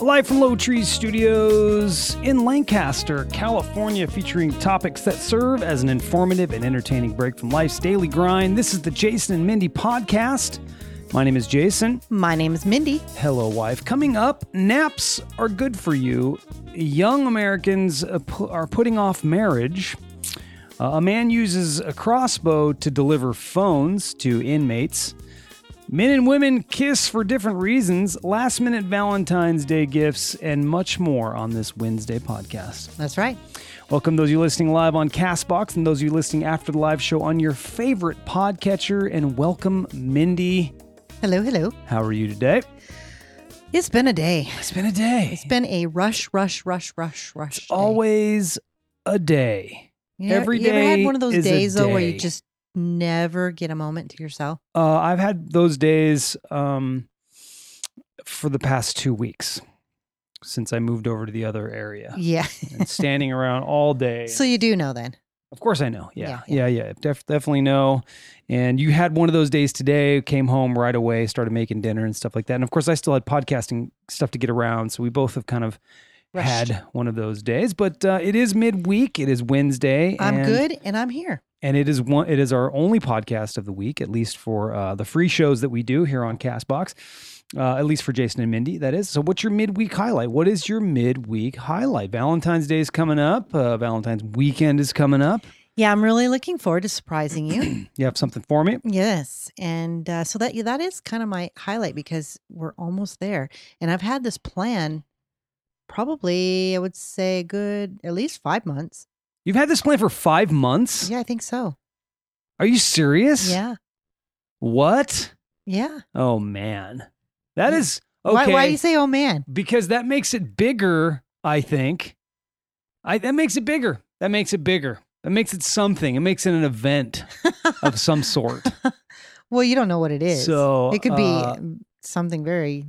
Live from Low Trees Studios in Lancaster, California, featuring topics that serve as an informative and entertaining break from life's daily grind. This is the Jason and Mindy podcast. My name is Jason. My name is Mindy. Hello, wife. Coming up, naps are good for you. Young Americans uh, pu- are putting off marriage. Uh, a man uses a crossbow to deliver phones to inmates. Men and women kiss for different reasons, last minute Valentine's Day gifts, and much more on this Wednesday podcast. That's right. Welcome those of you listening live on Castbox and those of you listening after the live show on your favorite podcatcher. And welcome, Mindy. Hello, hello. How are you today? It's been a day. It's been a day. It's been a rush, rush, rush, rush, rush. day. Always a day. you ever- every you ever had day one of those is a days though where you day. just never get a moment to yourself? Uh, I've had those days um, for the past two weeks since I moved over to the other area. Yeah. and standing around all day. so you do know then. of course, I know. Yeah, yeah, Yeah, yeah. Def- definitely know. And you had one of those days today. Came home right away, started making dinner and stuff like that. And of course, I still had podcasting stuff to get around. So we both have kind of Rushed. had one of those days. But uh, it is midweek. It is Wednesday. I'm and- good and I'm here. and it is one it is our only podcast of the week at least for uh, the free shows that we do here on castbox uh, at least for jason and mindy that is so what's your midweek highlight what is your midweek highlight valentine's day is coming up uh, valentine's weekend is coming up Yeah, I'm really looking forward to surprising you. you have something for me yes, and uh, so that that is kind of my highlight because we're almost there, and I've had this plan, probably I would say a good at least five months. you've had this plan for five months Yeah, I think so. are you serious Yeah, what yeah. oh man that is okay Why, why do you say, "Oh man"? because that makes it bigger i think i that makes it bigger that makes it bigger that makes it something it makes it an event of some sort well, you don't know what it is. so it could be uh, um, something very.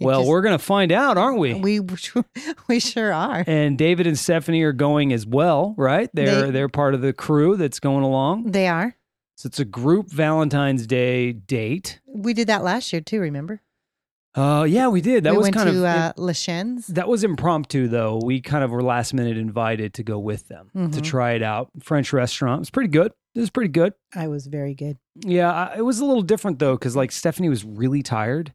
it well just- we're gonna find out aren't we, we we sure are. and david and stephanie are going as well right they're They- they, are part of the crew that's going along They are. so it's a group valentine's day date We did that last year too. Remember? uh yeah we did that we was went kind to of uh, Le Chen's. That was impromptu, though. We kind of were last minute invited to go with them to Mhm. try it out. French restaurant. It was pretty good. It was pretty good. I was very good. Yeah, I, it was a little different though, because like Stephanie was really tired.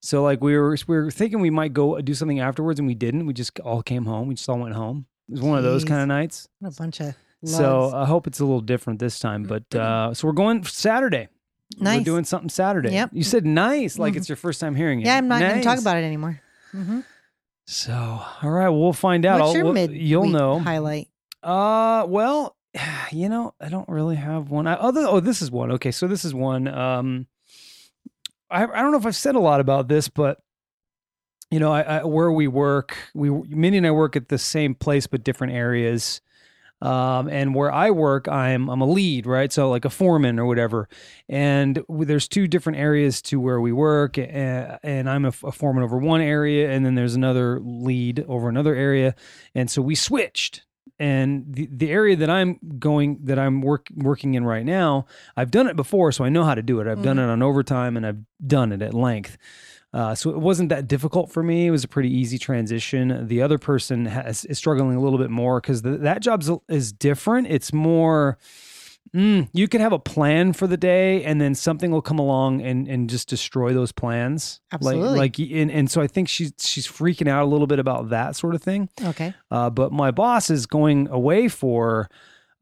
So like we were we were thinking we might go uh, do something afterwards, and we didn't. We just all came home. We just all went home. It was one of those Jeez. kind of nights. What a bunch of loves. So uh, I hope it's a little different this time. But uh, so we're going Saturday. We're Mm-hmm. Nice. doing something Saturday. Yep. You said nice, like Mhm. it's your first time hearing it. Yeah, I'm not going to talk Nice. about it anymore. Mhm. So all right, we'll find out. What's I'll- your we'll- mid? You'll know. highlight. Uh, well, you know, I don't really have one. I, other oh, this is one. Okay, so this is one. Um, I I don't know if I've said a lot about this, but you know, I, I where we work, we Minnie and I work at the same place but different areas. Um, and where I work, I'm I'm a lead, right? So like a foreman or whatever. And w- there's two different areas to where we work, and, and I'm a, f- a foreman over one area, and then there's another lead over another area. And so we switched. And the, the area that I'm going that I'm work, working in right now, I've done it before, so I know how to do it. I've done it on overtime, and I've done it at length. Uh, so it wasn't that difficult for me. It was a pretty easy transition. The other person has, is struggling a little bit more because that job is different. It's more, mm, you could have a plan for the day and then something will come along and, and just destroy those plans. Like- Absolutely. Like, and, and so I think she's, she's freaking out a little bit about that sort of thing. Okay. Uh, but my boss is going away for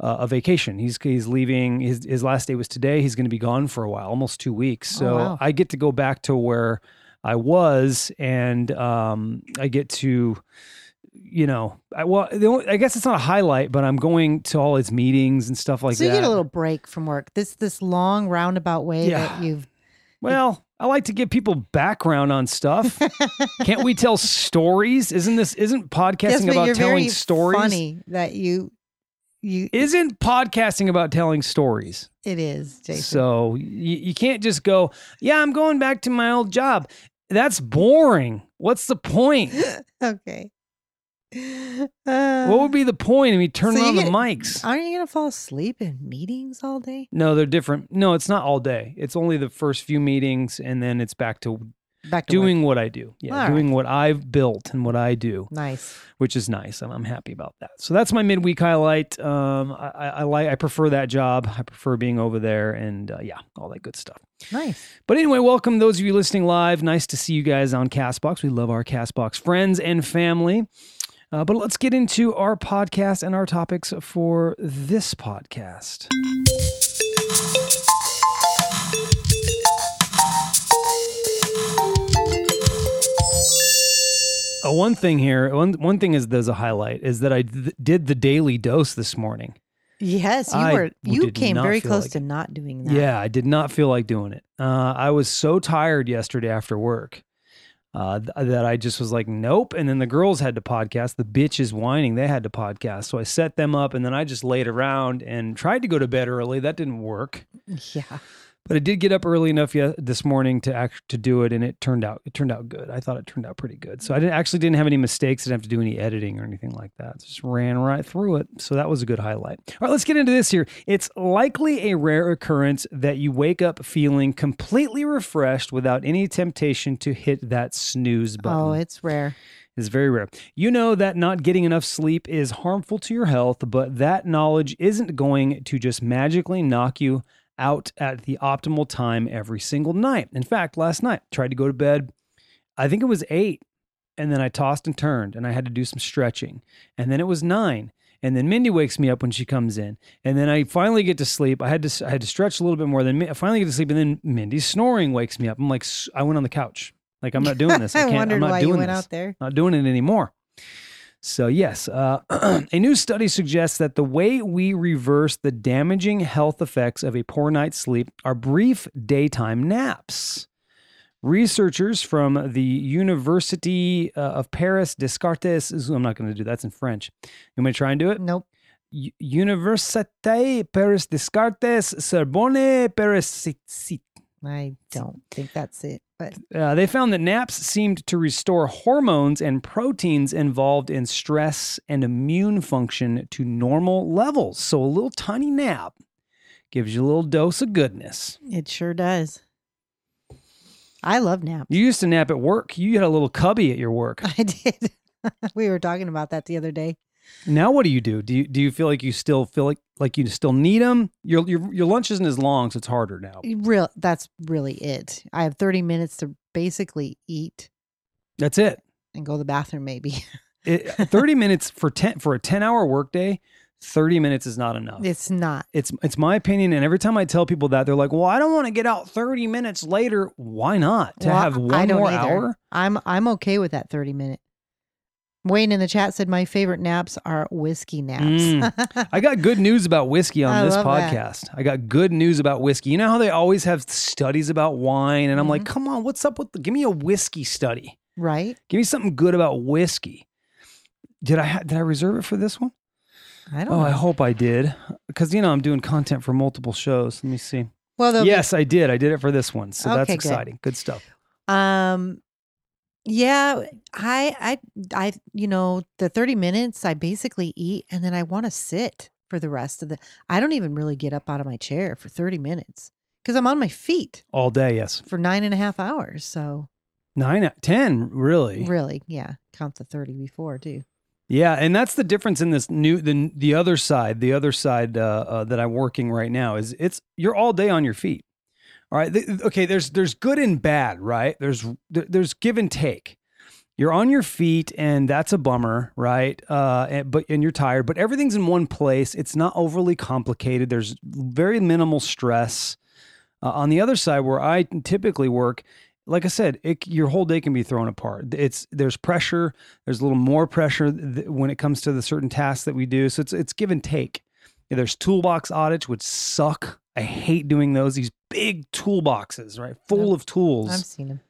uh, a vacation. He's he's leaving. His his last day was today. He's going to be gone for a while, almost two weeks. Oh, So wow. I get to go back to where I was, and um, I get to. You know, I, well, the only, I guess it's not a highlight, but I'm going to all his meetings and stuff like so that. you get a little break from work. This this long roundabout way Yeah. that you've. well, I like to give people background on stuff. Can't we tell stories? Isn't this isn't podcasting yes, but about you're telling very stories? Funny that you you Isn't podcasting about telling stories? it is Jason. So you, you can't just go, yeah, I'm going back to my old job. That's boring. What's the point? okay. Uh, What would be the point of me turning so you on the get- mics? Aren't you going to fall asleep in meetings all day? no, they're different. No, it's not all day. It's only the first few meetings, and then it's back to back to work. doing what I do. Yeah, All right. doing what I've built and what I do, nice. which is nice. I'm, I'm happy about that. So that's my midweek highlight. Um, I, I, I like I prefer that job. I prefer being over there, and uh, yeah, all that good stuff. Nice. But anyway, welcome those of you listening live. Nice to see you guys on Castbox. We love our Castbox friends and family. Uh, but let's get into our podcast and our topics for this podcast. Uh, one thing here, one one thing is there's a highlight is that I th- did the daily dose this morning. Yes, you I were. You did came not very feel close like to not doing that. Yeah, I did not feel like doing it. Uh, I was so tired yesterday after work uh, th- that I just was like, nope. And then the girls had to podcast. The bitch is whining. They had to podcast. So I set them up and then I just laid around and tried to go to bed early. That didn't work. Yeah. But I did get up early enough ye- this morning to act to do it, and it turned out it turned out good. I thought it turned out pretty good. So I didn't actually didn't have any mistakes. Didn't have to do any editing or anything like that. Just ran right through it. So that was a good highlight. All right, let's get into this here. It's likely a rare occurrence that you wake up feeling completely refreshed without any temptation to hit that snooze button Oh, it's rare. is very rare. You know that not getting enough sleep is harmful to your health, but that knowledge isn't going to just magically knock you out at the optimal time every single night. In fact, last night tried to go to bed, I think it was 8, and then I tossed and turned and I had to do some stretching. And then it was 9, and then Mindy wakes me up when she comes in. And then I finally get to sleep. I had to I had to stretch a little bit more than I finally get to sleep and then Mindy's snoring wakes me up. I'm like "S- I went on the couch. Like I'm not doing this. I I can't wondered I'm not why doing you went this out there. not doing it anymore. So, yes, uh, a new study suggests that the way we reverse the damaging health effects of a poor night's sleep are brief daytime naps. Researchers from the University uh, of Paris Descartes, I'm not going to do that's in French. You want me to try and do it? Nope. U- Université Paris Descartes Sorbonne Paris I don't think that's it. But uh, they found that naps seemed to restore hormones and proteins involved in stress and immune function to normal levels. So a little tiny nap gives you a little dose of goodness. it sure does. I love naps. You used to nap at work. You had a little cubby at your work. I did. we were talking about that the other day. Now what do you do? Do you do you feel like you still feel like like you still need them? Your your your lunch isn't as long, so it's harder now. Real. That's really it. I have 30 minutes to basically eat That's it. and go to the bathroom, maybe. it 30 minutes for 10 for a 10-hour workday, 30 minutes is not enough. It's not. it's it's my opinion and every time i tell people that they're like well i don't want to get out 30 minutes later why not to Well, have I- I one don't more either. hour I'm I'm okay with that 30 minute. Wayne in the chat said my favorite naps are whiskey naps. i got good news about whiskey on I this love that. podcast i got good news about whiskey you know how they always have studies about wine and i'm Mm-hmm. like come on what's up with the, give me a whiskey study right? give me something good about whiskey did i ha- did i reserve it for this one? I don't Oh, know. i hope i did because you know i'm doing content for multiple shows let me see well, though, yes i did i did it for this one so that's Okay, good. exciting good stuff um yeah, I I I you know, the 30 minutes I basically eat and then I want to sit for the rest of the I don't even really get up out of my chair for 30 minutes because I'm on my feet all day yes for nine and a half hours. So Nine out ten, really? really, yeah, count the 30 before too. Yeah, and that's the difference in this new the the other side, the other side uh, uh, that I'm working right now is it's you're all day on your feet. All right, th- okay. There's there's good and bad, right? There's there, there's give and take. You're on your feet, and that's a bummer, right? Uh, and, but and you're tired, but everything's in one place. It's not overly complicated. There's very minimal stress. Uh, on the other side, where I typically work, like I said, it, your whole day can be thrown apart. It's there's pressure. There's a little more pressure th- when it comes to the certain tasks that we do. So it's it's give and take. Yeah, There's toolbox audits, which suck. I hate doing those. These big toolboxes, right, full Yep. of tools. I've seen them.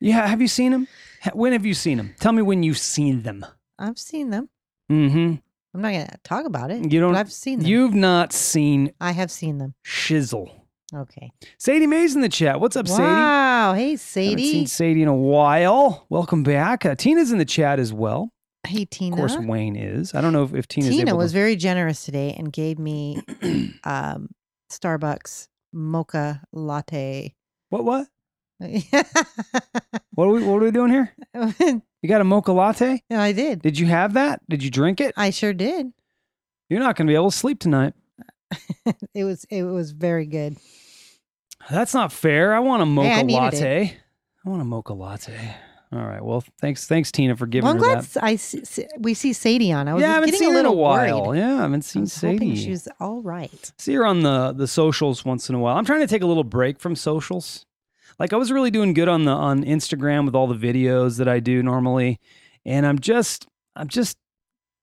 yeah, have you seen them? When have you seen them? Tell me when you've seen them. I've seen them. Mm-hmm. I'm not going to talk about it. You but don't. I've seen them. You've not seen I have seen them. shizzle. Okay. Sadie Mae's in the chat. What's up, Sadie? wow. Hey, Haven't Sadie. seen Sadie in a while. Welcome back. Uh, Tina's in the chat as well. Hey, Tina. Of course, Wayne is. I don't know if, if Tina's Tina able was to. very generous today and gave me um, Starbucks mocha latte what? What? What are we what are we doing here? I You got a mocha latte? did. Did you have that? Did you drink it? I sure did. You're not going to be able to sleep tonight. It was it was very good. That's not fair. I want a mocha I needed latte. I want a mocha latte. All right. Well, thanks thanks Tina for giving Well, I'm her glad that. s- I see, see- we see Sadie on. I was yeah, I haven't getting seen a her in little a while. Worried. Yeah, I haven't I seen was hoping Sadie. she was all right. See her on the the socials once in a while. I'm trying to take a little break from socials. Like I was really doing good on the on Instagram with all the videos that I do normally, and I'm just I'm just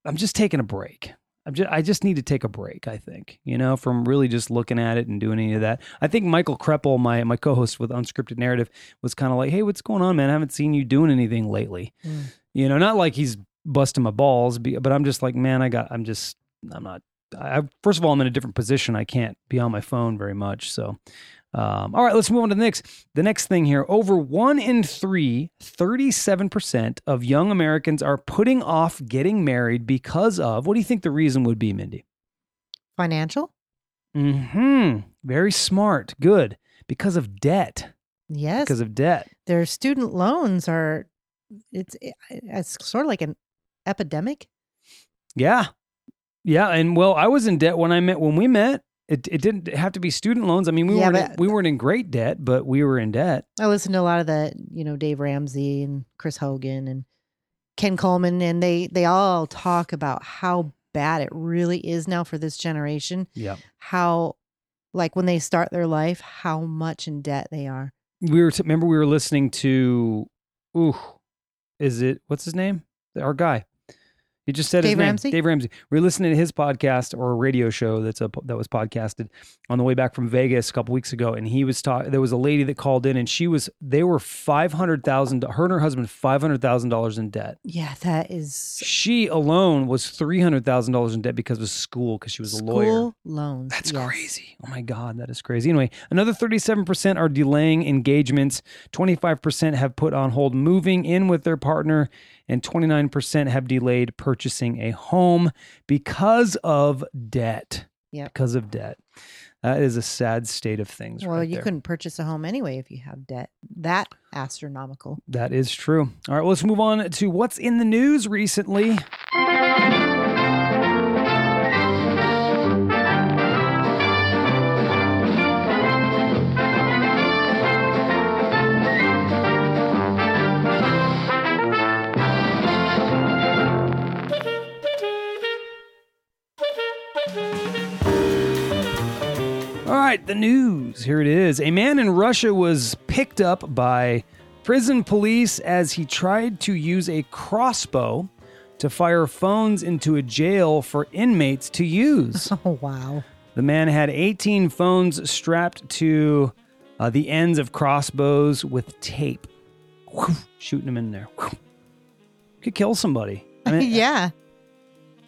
I'm just taking a break. I'm just I just need to take a break. I think you know from really just looking at it and doing any of that. I think Michael Kreppel, my my co-host with Unscripted Narrative, was kind of like, "Hey, what's going on, man? I haven't seen you doing anything lately." Mm. You know, not like he's busting my balls, be- but I'm just like, man, I got I'm just I'm not I, first of all, I'm in a different position. I can't be on my phone very much. So, um, all right, let's move on to the next. The next thing here over one in three, 37% of young Americans are putting off getting married because of what do you think the reason would be, Mindy? Financial? hmm. Very smart. Good. Because of debt. Yes. Because of debt. Their student loans are it's eh, it's sort of like an epidemic. Yeah. Yeah. And well, I was in debt when I met, when we met. It, it didn't have to be student loans. I mean, we Yeah, weren't but- we weren't in great debt, but we were in debt. I listened to a lot of the, you know, Dave Ramsey and Chris Hogan and Ken Coleman, and they they all talk about how bad it really is now for this generation. Yeah. How, like, when they start their life, how much in debt they are. we were remember we were listening to ooh is it what's his name our guy he just said his Dave name Ramsey? Dave Ramsey we were listening to his podcast or a radio show that's a that was podcasted on the way back from Vegas a couple weeks ago and he was talking there was a lady that called in and she was they were 500,000 her and her husband $500,000 in debt Yeah, that is she alone was $300,000 in debt because of school cuz she was a lawyer school loans. that's yes. crazy. Oh my God, that is crazy. Anyway, another 37% are delaying engagements, 25% have put on hold moving in with their partner, and 29% have delayed purchasing a home because of debt. Yep. Because of debt. That is a sad state of things. Well, right you there. couldn't purchase a home anyway if you have debt. That astronomical. That is true. All right, well, let's move on to what's in the news recently. All right, the news. Here it is. A man in Russia was picked up by prison police as he tried to use a crossbow to fire phones into a jail for inmates to use. Oh wow. The man had 18 phones strapped to uh, the ends of crossbows with tape, Whew, shooting them in there. Whew. Could kill somebody. I Eh, mean, yeah,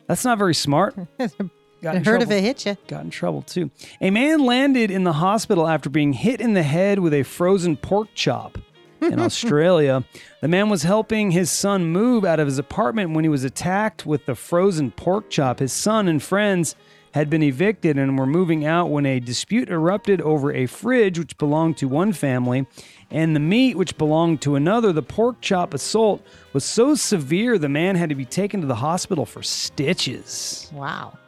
that's not very smart. Got I in heard trouble of it hit you. got in trouble too. A man landed in the hospital after being hit in the head with a frozen pork chop in Australia. The man was helping his son move out of his apartment when he was attacked with the frozen pork chop. His son and friends had been evicted and were moving out when a dispute erupted over a fridge which belonged to one family and the meat which belonged to another. The pork chop assault was so severe the man had to be taken to the hospital for stitches. Wow.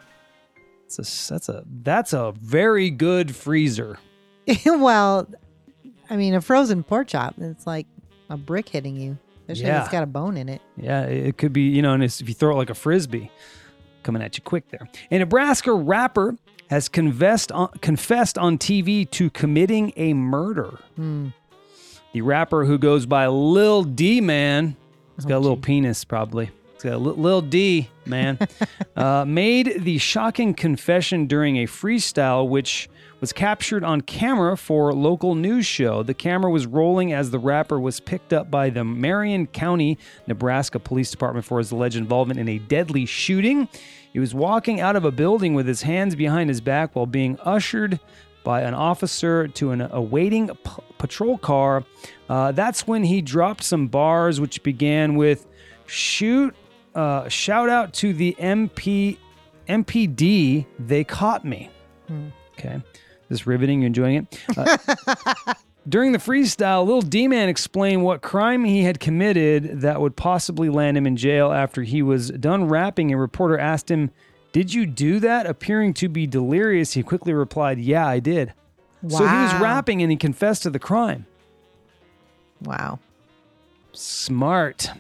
That's a that's a that's a very good freezer. well, I mean, a frozen pork chop. It's like a brick hitting you. Especially if Yeah. it's got a bone in it. Yeah, it could be you know, and it's, if you throw it like a frisbee, coming at you quick there. A Nebraska rapper has confessed on, confessed on TV to committing a murder. Hmm. The rapper who goes by Lil D Man, he's got a Oh, little gee. penis probably. He's got a li- Lil D Man, uh, made the shocking confession during a freestyle, which was captured on camera for local news show. The camera was rolling as the rapper was picked up by the Marion County, Nebraska Police Department for his alleged involvement in a deadly shooting. He was walking out of a building with his hands behind his back while being ushered by an officer to an awaiting p- patrol car. Uh, that's when he dropped some bars, which began with "Shoot! Uh, shout out to the MP MPD. They caught me." Okay, this riveting. You enjoying it? Uh, During the freestyle, Lil D Man explained what crime he had committed that would possibly land him in jail after he was done rapping. A reporter asked him, Did you do that? Appearing to be delirious, he quickly replied, Yeah, I did. Wow. So he was rapping and he confessed to the crime. Wow. Smart.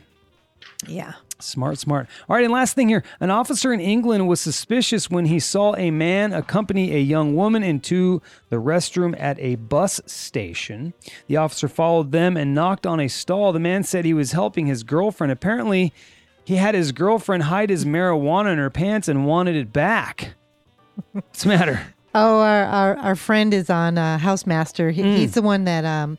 Yeah. Smart, smart. All right, and last thing here. An officer in England was suspicious when he saw a man accompany a young woman into the restroom at a bus station. The officer followed them and knocked on a stall. The man said he was helping his girlfriend. Apparently, he had his girlfriend hide his marijuana in her pants and wanted it back. What's the matter? Oh, our our, our friend is on uh, Housemaster. He, Mm. He's the one that um,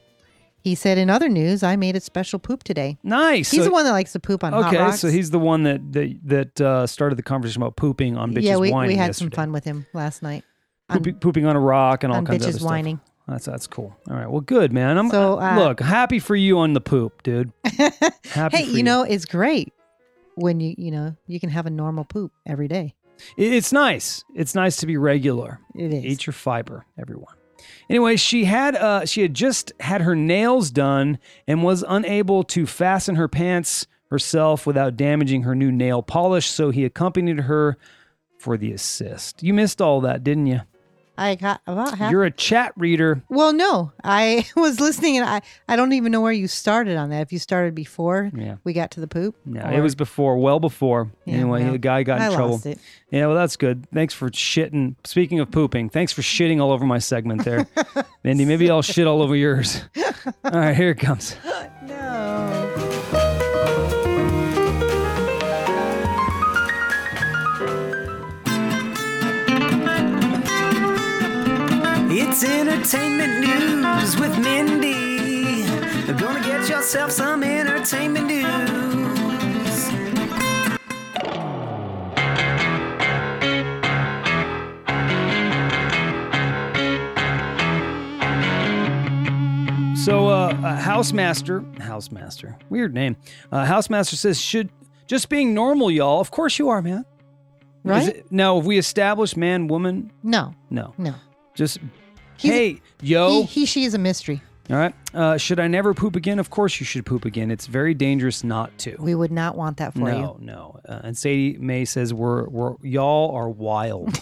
he said in other news, I made a special poop today. Nice. He's So- the one that likes to poop on Hot Okay, Rocks. so he's the one that that, that uh, started the conversation about pooping on bitches yeah, we, whining we had yesterday. some fun with him last night. on- pooping, pooping on a rock and all on kinds of bitches other stuff. whining. That's that's cool. All right, well, good man. I'm So, uh, look happy for you on the poop, dude. Happy hey, for you, know it's great when you you know you can have a normal poop every day. It- it's nice. It's nice to be regular. It is. Eat your fiber, everyone. Anyway, she had uh, she had just had her nails done and was unable to fasten her pants herself without damaging her new nail polish. So he accompanied her for the assist. You missed all that, didn't you? I got about half. You're a chat reader. well, no, I was listening, and I I don't even know where you started on that. If you started before Yeah. we got to the poop, No, or- it was before, well before. Yeah, anyway, well, the guy got in I trouble. lost it. Yeah, well, that's good. Thanks for shitting. Speaking of pooping, thanks for shitting all over my segment there. Mindy, maybe I'll shit all over yours. All right, here it comes. No. It's entertainment news with Mindy. You're gonna get yourself some entertainment news. So, uh, a housemaster, housemaster, weird name. Uh, housemaster says, should just being normal, y'all. Of course you are, man. Right? Is it- now, if we establish man, woman, No. no. No. Just, He's- hey, yo. He, he she is a mystery. all right. Uh, should I never poop again? Of course you should poop again. It's very dangerous not to. We would not want that for no, no. Uh, and Sadie May says we're we're y'all are wild.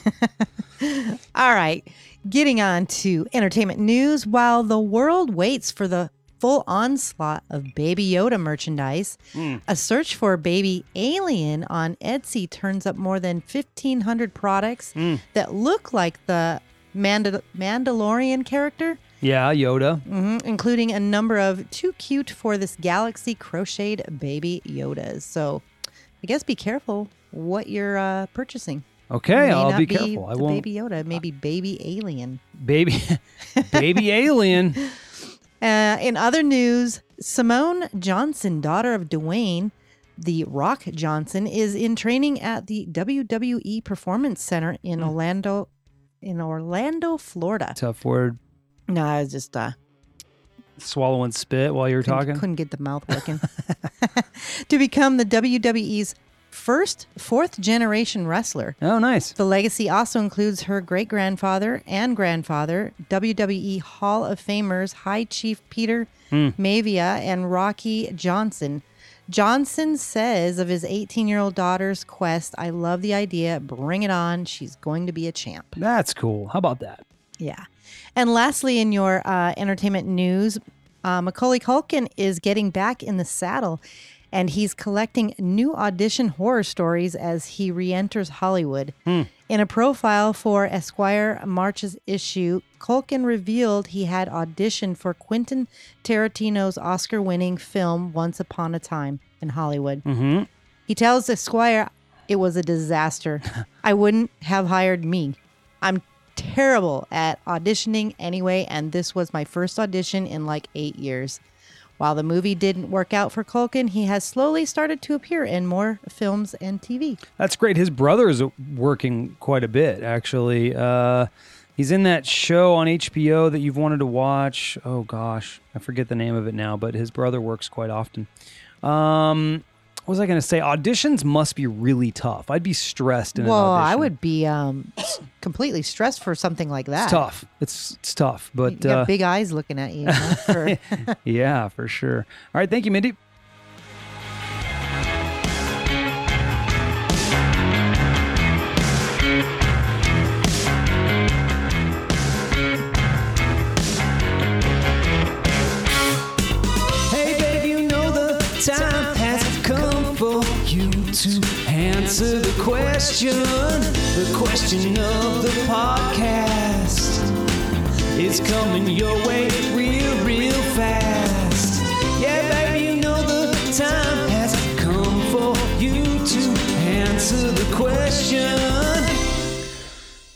you. All right. Getting on to entertainment news. While the world waits for the full onslaught of Baby Yoda merchandise, Mm. a search for Baby Alien on Etsy turns up more than 1,500 products Mm. that look like the Mandal- Mandalorian character. yeah, Yoda. Mhm, including a number of too cute for this galaxy crocheted baby Yodas. So I guess be careful what you're uh, purchasing. Okay, May I'll not be, careful. I the won't Baby Yoda, maybe baby alien. baby baby alien. Uh, in other news, Simone Johnson, daughter of Dwayne, the Rock Johnson, is in training at the WWE Performance Center in Hmm. Orlando, in Orlando, Florida. Tough word. No, I was just uh, Swallowing spit while you're Couldn't- talking. Couldn't get the mouth working. to become the WWE's first fourth generation wrestler. Oh, nice. The legacy also includes her great grandfather and grandfather, WWE Hall of Famers High Chief Peter Mavia and Rocky Johnson. Johnson says of his 18 year old daughter's quest, I love the idea. Bring it on. She's going to be a champ. That's cool. How about that? Yeah. And lastly, in your uh, entertainment news, uh, Macaulay Culkin is getting back in the saddle and he's collecting new audition horror stories as he re enters Hollywood. In a profile for Esquire March's issue, Culkin revealed he had auditioned for Quentin Tarantino's Oscar winning film Once Upon a Time in Hollywood. He tells Esquire, it was a disaster. I wouldn't have hired me. I'm terrible at auditioning anyway, and this was my first audition in like eight years. While the movie didn't work out for Culkin, he has slowly started to appear in more films and TV. That's great. His brother is working quite a bit, actually. Uh, he's in that show on HBO that you've wanted to watch. Oh gosh, I forget the name of it now, but his brother works quite often. Um, what was I going to say? Auditions must be really tough. I'd be stressed in an Well, I audition. would be um, s- completely stressed for something like that. It's tough. It's it's tough, You but got uh, big eyes looking at you. you know, for- yeah, for sure. All right, thank you, Mindy. Hey, babe, you know the time has come for you to answer the question. The question of the podcast is coming your way real, real fast. Yeah, baby, you know the time has come for you to answer the question.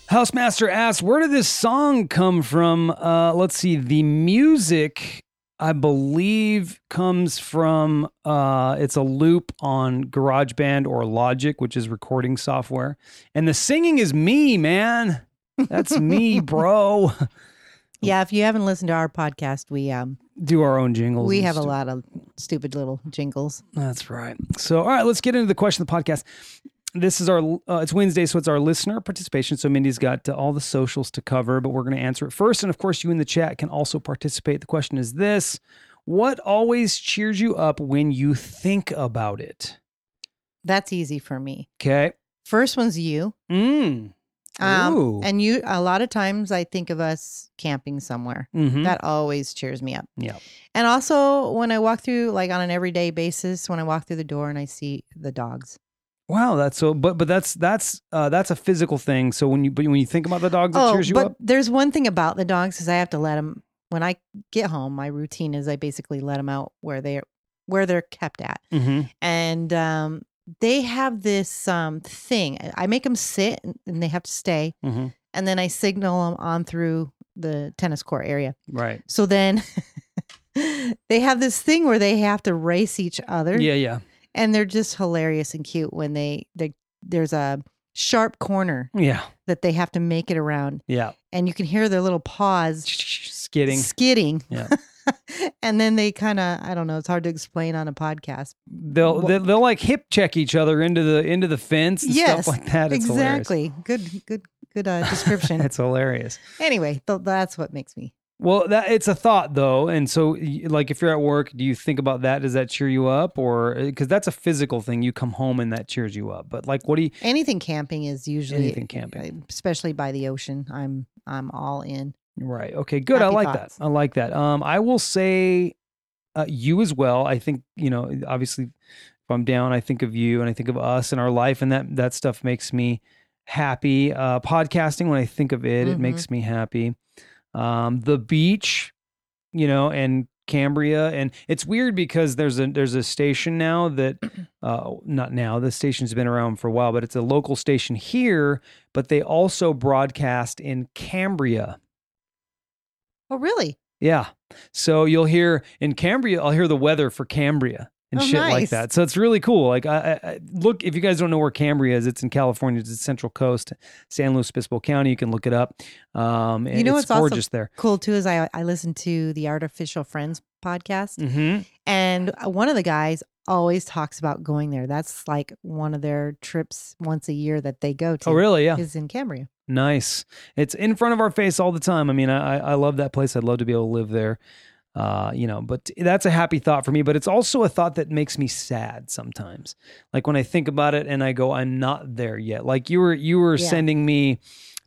Housemaster asks, where did this song come from? Uh, let's see. The music, I believe, comes from uh, it's a loop on GarageBand or Logic, which is recording software. And the singing is me, man. That's me, bro. yeah, if you haven't listened to our podcast, we um, Do our own jingles. we and have a stuff. lot of stupid little jingles. That's right. So, all right, let's get into the question of the podcast. This is our, uh, it's Wednesday, so it's our listener participation. So, Mindy's got uh, all the socials to cover, but we're going to answer it first. And of course, you in the chat can also participate. The question is this What always cheers you up when you think about it? That's easy for me. Okay. First one's you. Mm. Ooh. Um, and you, a lot of times I think of us camping somewhere. Mhm. That always cheers me up. Yeah. And also when I walk through, like on an everyday basis, when I walk through the door and I see the dogs. Wow, that's so. But but that's that's uh, that's a physical thing. So when you but when you think about the dogs, that cheers you Oh, but up. there's one thing about the dogs is I have to let them. When I get home, my routine is I basically let them out where they are where they're kept at, Mm-hmm. and um, they have this um, thing. I- I make them sit, and- and they have to stay, Mhm. and then I signal them on through the tennis court area. Right. So then they have this thing where they have to race each other Yeah. Yeah. and they're just hilarious and cute when they they there's a sharp corner Yeah. that they have to make it around Yeah. and you can hear their little paws Skidding. skidding Yeah. and then they kind of i don't know it's hard to explain on a podcast they'll Wha- they'll, they'll like hip check each other into the into the fence and Yes, stuff like that. It's exactly good good good uh, description hilarious. it's hilarious. anyway th- that's what makes me Well, that it's a thought though, and so y- like if you're at work, do you think about that? Does that cheer you up, or because that's a physical thing? You come home and that cheers you up. But like, what do you anything camping is usually anything camping? especially by the ocean i'm i'm all in Right. Okay. Good. I Happy like thoughts. that. I like that. Um, I will say, uh, you as well. I think you know. eh, Obviously, if I'm down, I think of you and I think of us and our life, and that that stuff makes me happy. Uh, podcasting, when I think of it, it Mhm. makes me happy. Um, the beach, you know, and Cambria, and it's weird because there's a there's a station now that, uh, not now. The station's been around for a while, but it's a local station here. But they also broadcast in Cambria. oh really Yeah. So you'll hear in Cambria, I'll hear the weather for Cambria and Oh, shit like nice. that. So it's really cool. Like, I, I- I look if you guys don't know where Cambria is, it's in California, it's the Central Coast, San Luis Obispo County. You can look it up. Um, and You know it's what's awesome? gorgeous there. cool too is I, I listen to the Artificial Friends podcast, Mm-hmm. and one of the guys always talks about going there. That's like one of their trips once a year that they go to. Oh, really? Yeah. Is in Cambria. Nice. It's in front of our face all the time. I mean, I, I I love that place. I'd love to be able to live there. Uh, you know, but that's a happy thought for me, but it's also a thought that makes me sad sometimes. Like when I think about it and I go, I'm not there yet. Like you were you were Yeah. sending me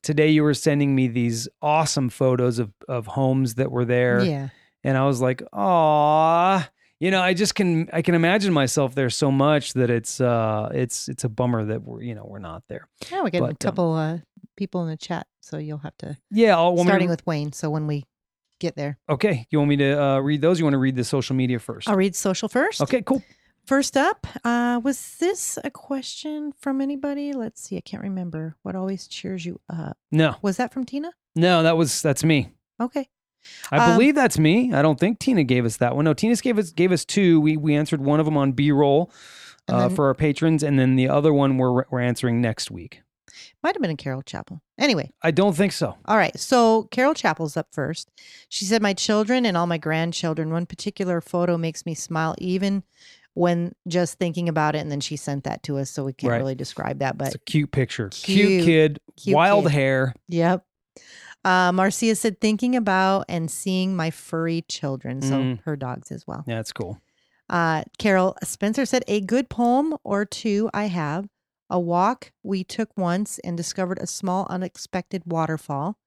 today you were sending me these awesome photos of of homes that were there. Yeah. And I was like, "Aw." You know, I just can I can imagine myself there so much that it's uh it's it's a bummer that we're you know, we're not there. Yeah, we got a But, um, couple uh, people in the chat, so you'll have to Yeah, I'll, Oh, want me to- starting with Wayne. So when we get there, Okay, you want me to uh, read those? You want to read the social media first? I'll read social first. Okay, cool. First up, uh, was this a question from anybody? Let's see. I can't remember. What always cheers you up? No, Was that from Tina? no, that was that's me. Okay. I Um, believe that's me. I don't think Tina gave us that one. No, Tina gave us gave us two. We we answered one of them on B roll And uh, then- for our patrons, and then the other one we're we're answering next week. Might have been a Carol Chapel. Anyway. I don't think so. All right. So Carol Chapel's up first. She said, My children and all my grandchildren, one particular photo makes me smile even when just thinking about it. And then she sent that to us, so we can't Right. really describe that. But It's a cute picture. Cute, Cute kid, cute wild kid. hair. Yep. Uh, Marcia said, thinking about and seeing my furry children. So Mm. her dogs as well. Yeah, that's cool. Uh, Carol Spencer said, a good poem or two I have. A walk we took once and discovered a small unexpected waterfall.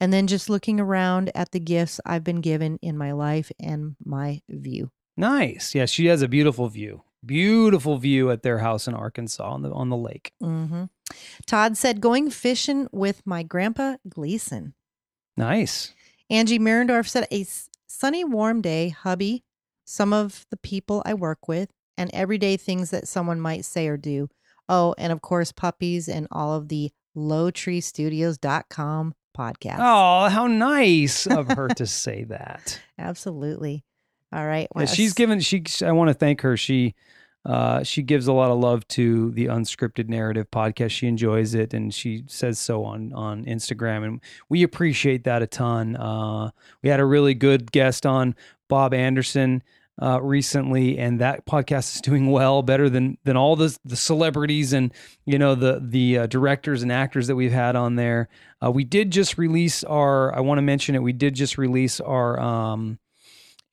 And then just looking around at the gifts I've been given in my life and my view. Nice. Yeah, she has a beautiful view. Beautiful view at their house in Arkansas on the on the lake. hmm Todd said, going fishing with my grandpa Gleason. Nice. Angie Mirendorf said, A s- sunny, warm day, hubby, some of the people I work with, and everyday things that someone might say or do. Oh, and of course, puppies and all of the lowtreestudios.com podcast. Oh, how nice of her to say that. Absolutely. All right. Yeah, well, she's s- given she I want to thank her. She uh she gives a lot of love to the unscripted narrative podcast. She enjoys it and she says so on on Instagram and we appreciate that a ton. Uh we had a really good guest on Bob Anderson uh recently and that podcast is doing well better than than all the the celebrities and you know the the uh, directors and actors that we've had on there. Uh we did just release our I want to mention it. We did just release our um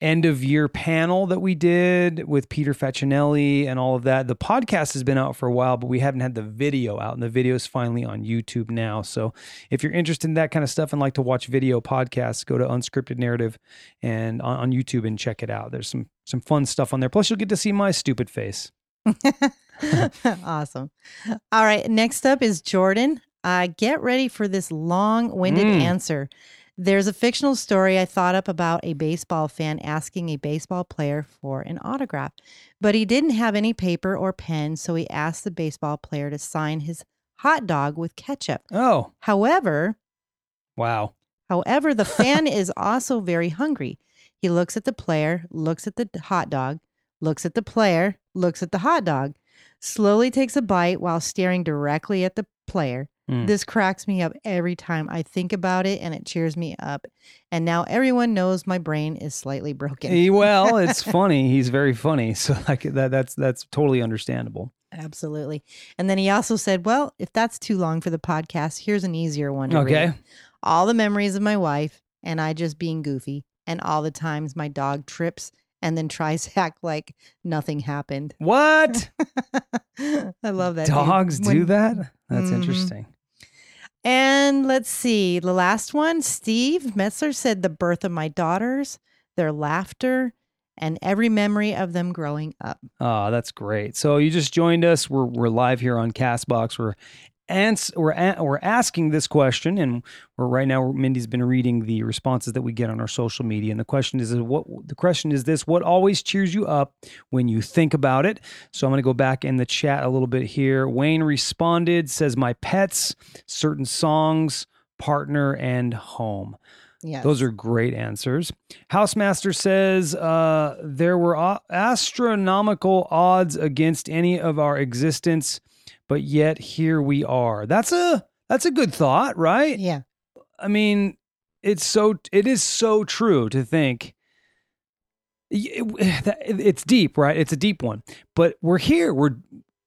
end of year panel that we did with Peter Facinelli and all of that. The podcast has been out for a while, but we haven't had the video out, and the video is finally on YouTube now. So if you're interested in that kind of stuff and like to watch video podcasts, go to Unscripted Narrative and on, on YouTube and check it out. There's some some fun stuff on there. Plus, you'll get to see my stupid face. awesome. All right. Next up is Jordan. Uh, get ready for this long winded Mm. answer. There's a fictional story I thought up about a baseball fan asking a baseball player for an autograph, but he didn't have any paper or pen, so he asked the baseball player to sign his hot dog with ketchup. Oh, However, wow. However, the fan is also very hungry. He looks at the player, looks at the d- hot dog, looks at the player, looks at the hot dog, slowly takes a bite while staring directly at the player. Mm. This cracks me up every time I think about it and it cheers me up. And now everyone knows my brain is slightly broken. Eh, well, it's funny. He's very funny, so like that. That's that's totally understandable. Absolutely. And then he also said, Well, if that's too long for the podcast, here's an easier one. to read. Okay. all the memories of my wife and I just being goofy, and all the times my dog trips and then tries to act like nothing happened. What I love that. dude. dogs do When- that? That's Mhm. interesting. And let's see, the last one Steve Metzler said, The birth of my daughters, their laughter, and every memory of them growing up. Ah, that's great. So you just joined us. We're we're live here on Castbox. We're ans- we're a- we're asking this question, and we're right now. Mindy's been reading the responses that we get on our social media, and the question is, is what the question is this: What always cheers you up when you think about it? So I'm going to go back in the chat a little bit here. Wayne responded, says, "My pets, certain songs, partner, and home." Yes. Those are great answers. Housemaster says uh, there were o- astronomical odds against any of our existence, but yet here we are. That's a that's a good thought, right? Yeah. I mean, it's so it is so true to think. it- It's deep, right? It's a deep one, but we're here. We're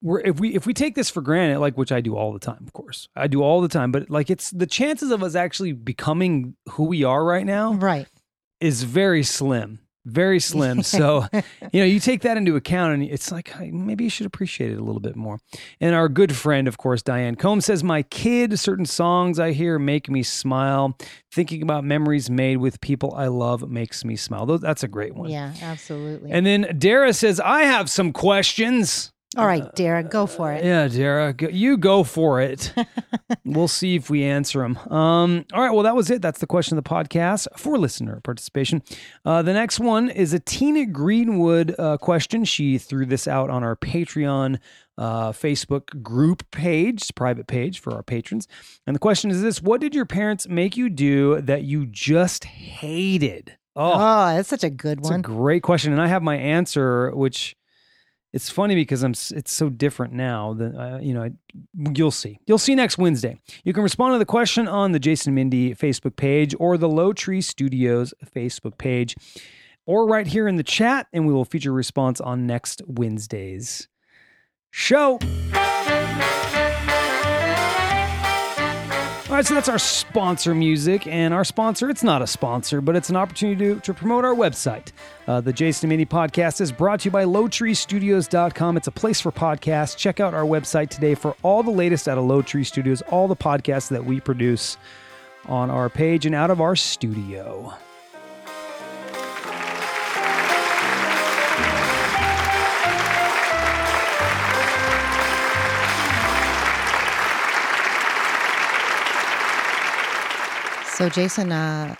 we're if we if we take this for granted, like which I do all the time, of course, I do all the time. But like, it's the chances of us actually becoming who we are right now Oh, Right. is very slim, very slim. So you know, you take that into account, and it's like hey, maybe you should appreciate it a little bit more. And our good friend, of course, Diane Combs says, "My kid, certain songs I hear make me smile. Thinking about memories made with people I love makes me smile." Tho- That's a great one. yeah, absolutely. And then Dara says, "I have some questions." all uh, right, Dara, go for it. Yeah, Dara, go, you go for it. we'll see if we answer them. Um, all right, well, that was it. That's the question of the podcast for listener participation. Uh, the next one is a Tina Greenwood uh, question. She threw this out on our Patreon uh, Facebook group page, private page for our patrons. And the question is this What did your parents make you do that you just hated? Oh, Oh, that's such a good it's one. a great question, and I have my answer, which it's funny because I'm s- it's so different now that uh, you know I, you'll see you'll see next Wednesday. You can respond to the question on the Jason Mindy Facebook page or the Low Tree Studios Facebook page. or right here in the chat, and we will feature response on next Wednesday's show. All right, so that's our sponsor music, and our sponsor, it's not a sponsor, but it's an opportunity to, to promote our website. Uh, the Jason and Mindy podcast is brought to you by LowTreeStudios.com. It's a place for podcasts. Check out our website today for all the latest out of Low Tree Studios, all the podcasts that we produce on our page and out of our studio. So, Jason, uh,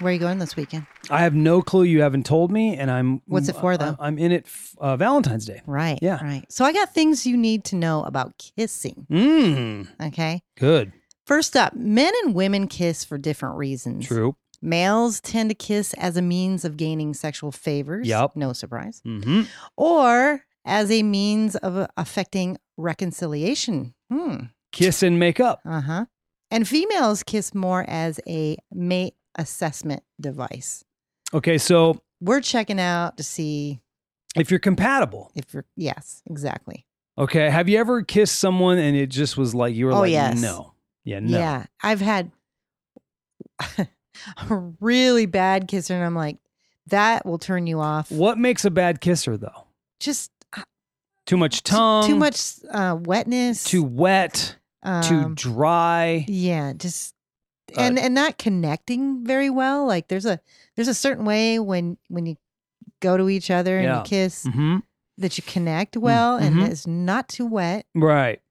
where are you going this weekend? I have no clue. You haven't told me, and I'm. What's it for, though? I- I'm in it f- uh, Valentine's Day. Right. Yeah. Right. So, I got things you need to know about kissing. Mmm. Okay. Good. First up, men and women kiss for different reasons. True. Males tend to kiss as a means of gaining sexual favors. Yep. No surprise. Mm-hmm. Or as a means of uh, affecting reconciliation. Hmm. Kiss and make up. Uh huh. And females kiss more as a mate assessment device. Okay, so We're checking out to see if you're compatible, if you're, yes, exactly. okay, have you ever kissed someone and it just was like you were Oh, like yes. no, yeah, no, Yeah. I've had a really bad kisser, and I'm like, that will turn you off. What makes a bad kisser though? Just uh, Too much t- tongue. too much uh, wetness. Too wet. too um, dry. Yeah, just Uh, and and not connecting very well. Like there's a there's a certain way when when you go to each other and Yeah. you kiss hmm that you connect well mhm. and it's not too wet. Right.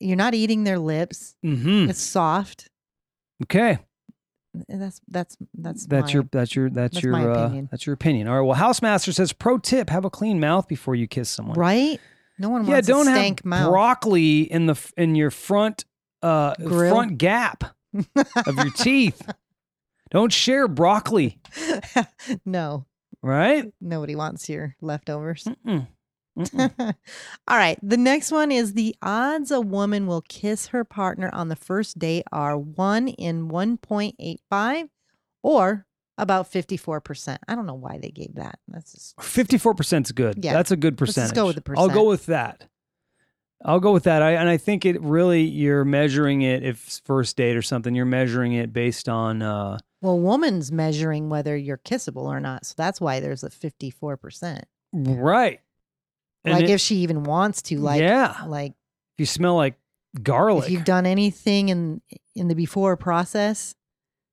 You're not eating their lips. hmm It's soft. Okay. And That's that's that's That's your mine. that's your that's, That's your my uh, opinion. that's your opinion. All right. Well, Housemaster says pro tip: have a clean mouth before you kiss someone. right. No one Yeah. wants Don't a have stank mouth. broccoli in the f- in your front uh Grill? front gap of your teeth. Don't share broccoli. no, Right. nobody wants your leftovers. Mm-mm. All Mm-mm. right. The next one is the odds a woman will kiss her partner on the first date are 1 in 1.85 or about 54%. I don't know why they gave that. That's just 54% is good. Yeah. That's a good Let's percentage. just go with the I'll go percent. with that. I'll go with that. I, and I think it really, you're measuring it if it's first date or something, you're measuring it based on, uh, Well, woman's measuring whether you're kissable or not. So that's why there's a 54%. right. And like it- if she even wants to like yeah. like If you smell like garlic. if you've done anything in in the before process,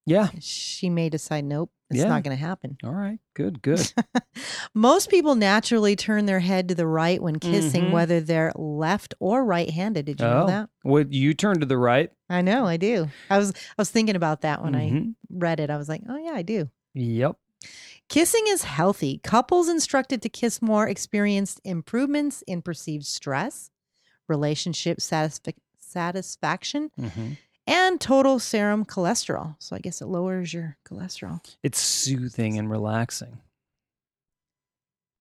yeah. she may decide nope, it's Yeah. not going to happen. All right. Good, good. Most people naturally turn their head to the right when kissing, Mhm. whether they're left or right handed. Did you know Oh. that? Would you turn to the right? I know, I do. I was I was thinking about that when I Mhm. read it. I was like, oh yeah, I do. Yep. Kissing is healthy. Couples instructed to kiss more experienced improvements in perceived stress, relationship satisfa- satisfaction, hmm and total serum cholesterol. So I guess it lowers your cholesterol. It's soothing and relaxing.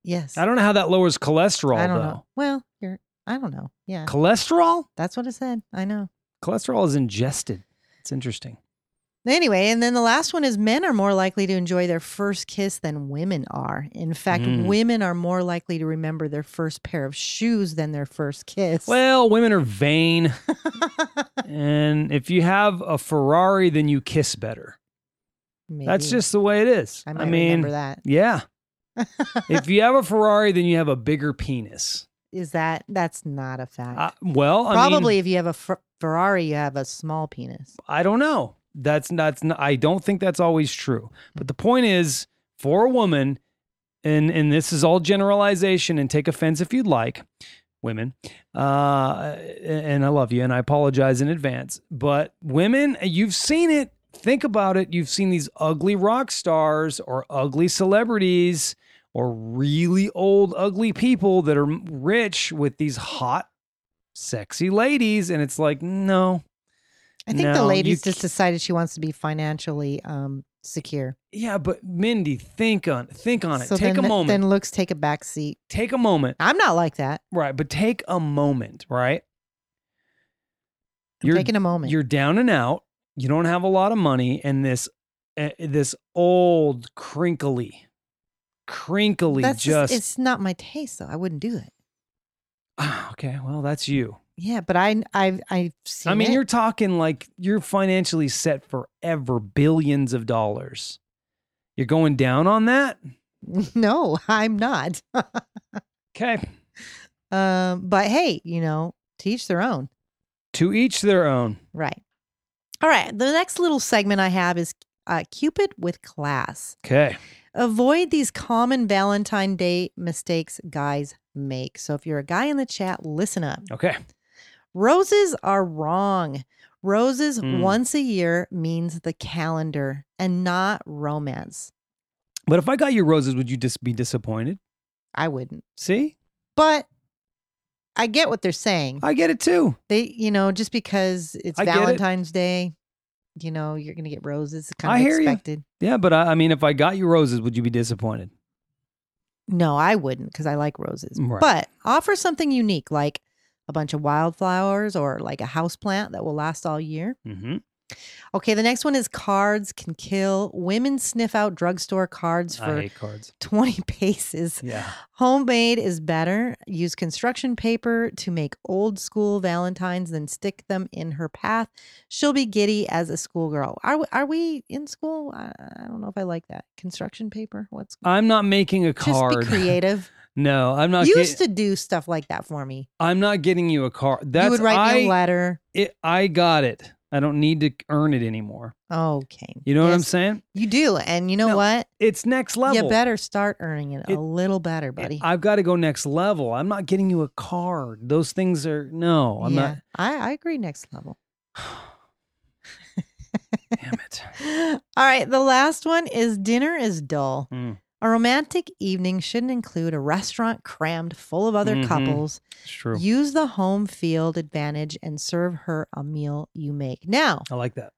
Yes. I don't know how that lowers cholesterol, I don't though. know. Well, you're I don't know. Yeah. Cholesterol? That's what it said. I know. Cholesterol is ingested. It's interesting. Anyway, and then the last one is men are more likely to enjoy their first kiss than women are. In fact, Mm. women are more likely to remember their first pair of shoes than their first kiss. Well, women are vain. and if you have a Ferrari, then you kiss better. That's Maybe. just the way it is. I I, might mean, remember that. yeah. if you have a Ferrari, then you have a bigger penis. Is that that's not a fact? I, well, I mean, Probably if you have a Fer- Ferrari, you have a small penis. I don't know. That's not, not. I don't think that's always true. But the point is, for a woman, and and this is all generalization, and take offense if you'd like, women. Uh, and I love you, and I apologize in advance. But women, you've seen it. Think about it. You've seen these ugly rock stars or ugly celebrities or really old ugly people that are rich with these hot, sexy ladies, and it's like no. I think the No, you lady's just ca- decided she wants to be financially um, secure. Yeah, but Mindy, think on think on it. So take then, a moment. Then looks take a back seat. take a moment. I'm not like that. Right, but take a moment, right? I'm You're taking a moment. you're down and out. You don't have a lot of money and this uh, this old eh, crinkly crinkly, That's just, just it's not my taste though. I wouldn't do it. Ah, okay. Well, that's you. Yeah, but I I I've seen I mean, it. you're talking like you're financially set forever, billions of dollars. You're going down on that? no, I'm not. Okay. um, but hey, you know, to each their own. To each their own. Right. All right. The next little segment I have is uh, Cupid with class. Okay. Avoid these common Valentine Day mistakes guys make. So if you're a guy in the chat, listen up. Okay. Roses are wrong. Roses Mm. once a year means the calendar and not romance. But if I got you roses, would you just be disappointed? I wouldn't. See? But I get what they're saying. I get it too. They, you know, just because it's I get it. Valentine's Day, you know, you're going to get roses. Kind I of hear ya. expected. Yeah, but I, I mean, if I got you roses, would you be disappointed? No, I wouldn't because I like roses. Right. But offer something unique like a bunch of wildflowers or like a house plant that will last all year. Mm-hmm. Okay, the next one is cards can kill. Women sniff out drugstore cards I for hate cards. 20 paces. Yeah. Homemade is better. Use construction paper to make old school Valentines, then stick them in her path. She'll be giddy as a schoolgirl. Are we, are we in school? I, I don't know if I like that. Construction paper? What's I'm not making a Uh, card. Just be creative. No, I'm not. You get- used to do stuff like that for me. I'm not getting you a card. That's you would write I, me a letter. it, I got it. I don't need to earn it anymore. Okay. You know what I'm Yes, saying? You do. And you know No, what? It's next level. You better start earning it, It- a little better, buddy. I've got to go next level. I'm not getting you a card. Those things are no. I'm yeah, I, I agree. Next level. not. Damn it. All right. The last one is dinner is dull. Mm, A romantic evening shouldn't include a restaurant crammed full of other Mhm. couples. it's true. Use the home field advantage and serve her a meal you make. Now, I like that.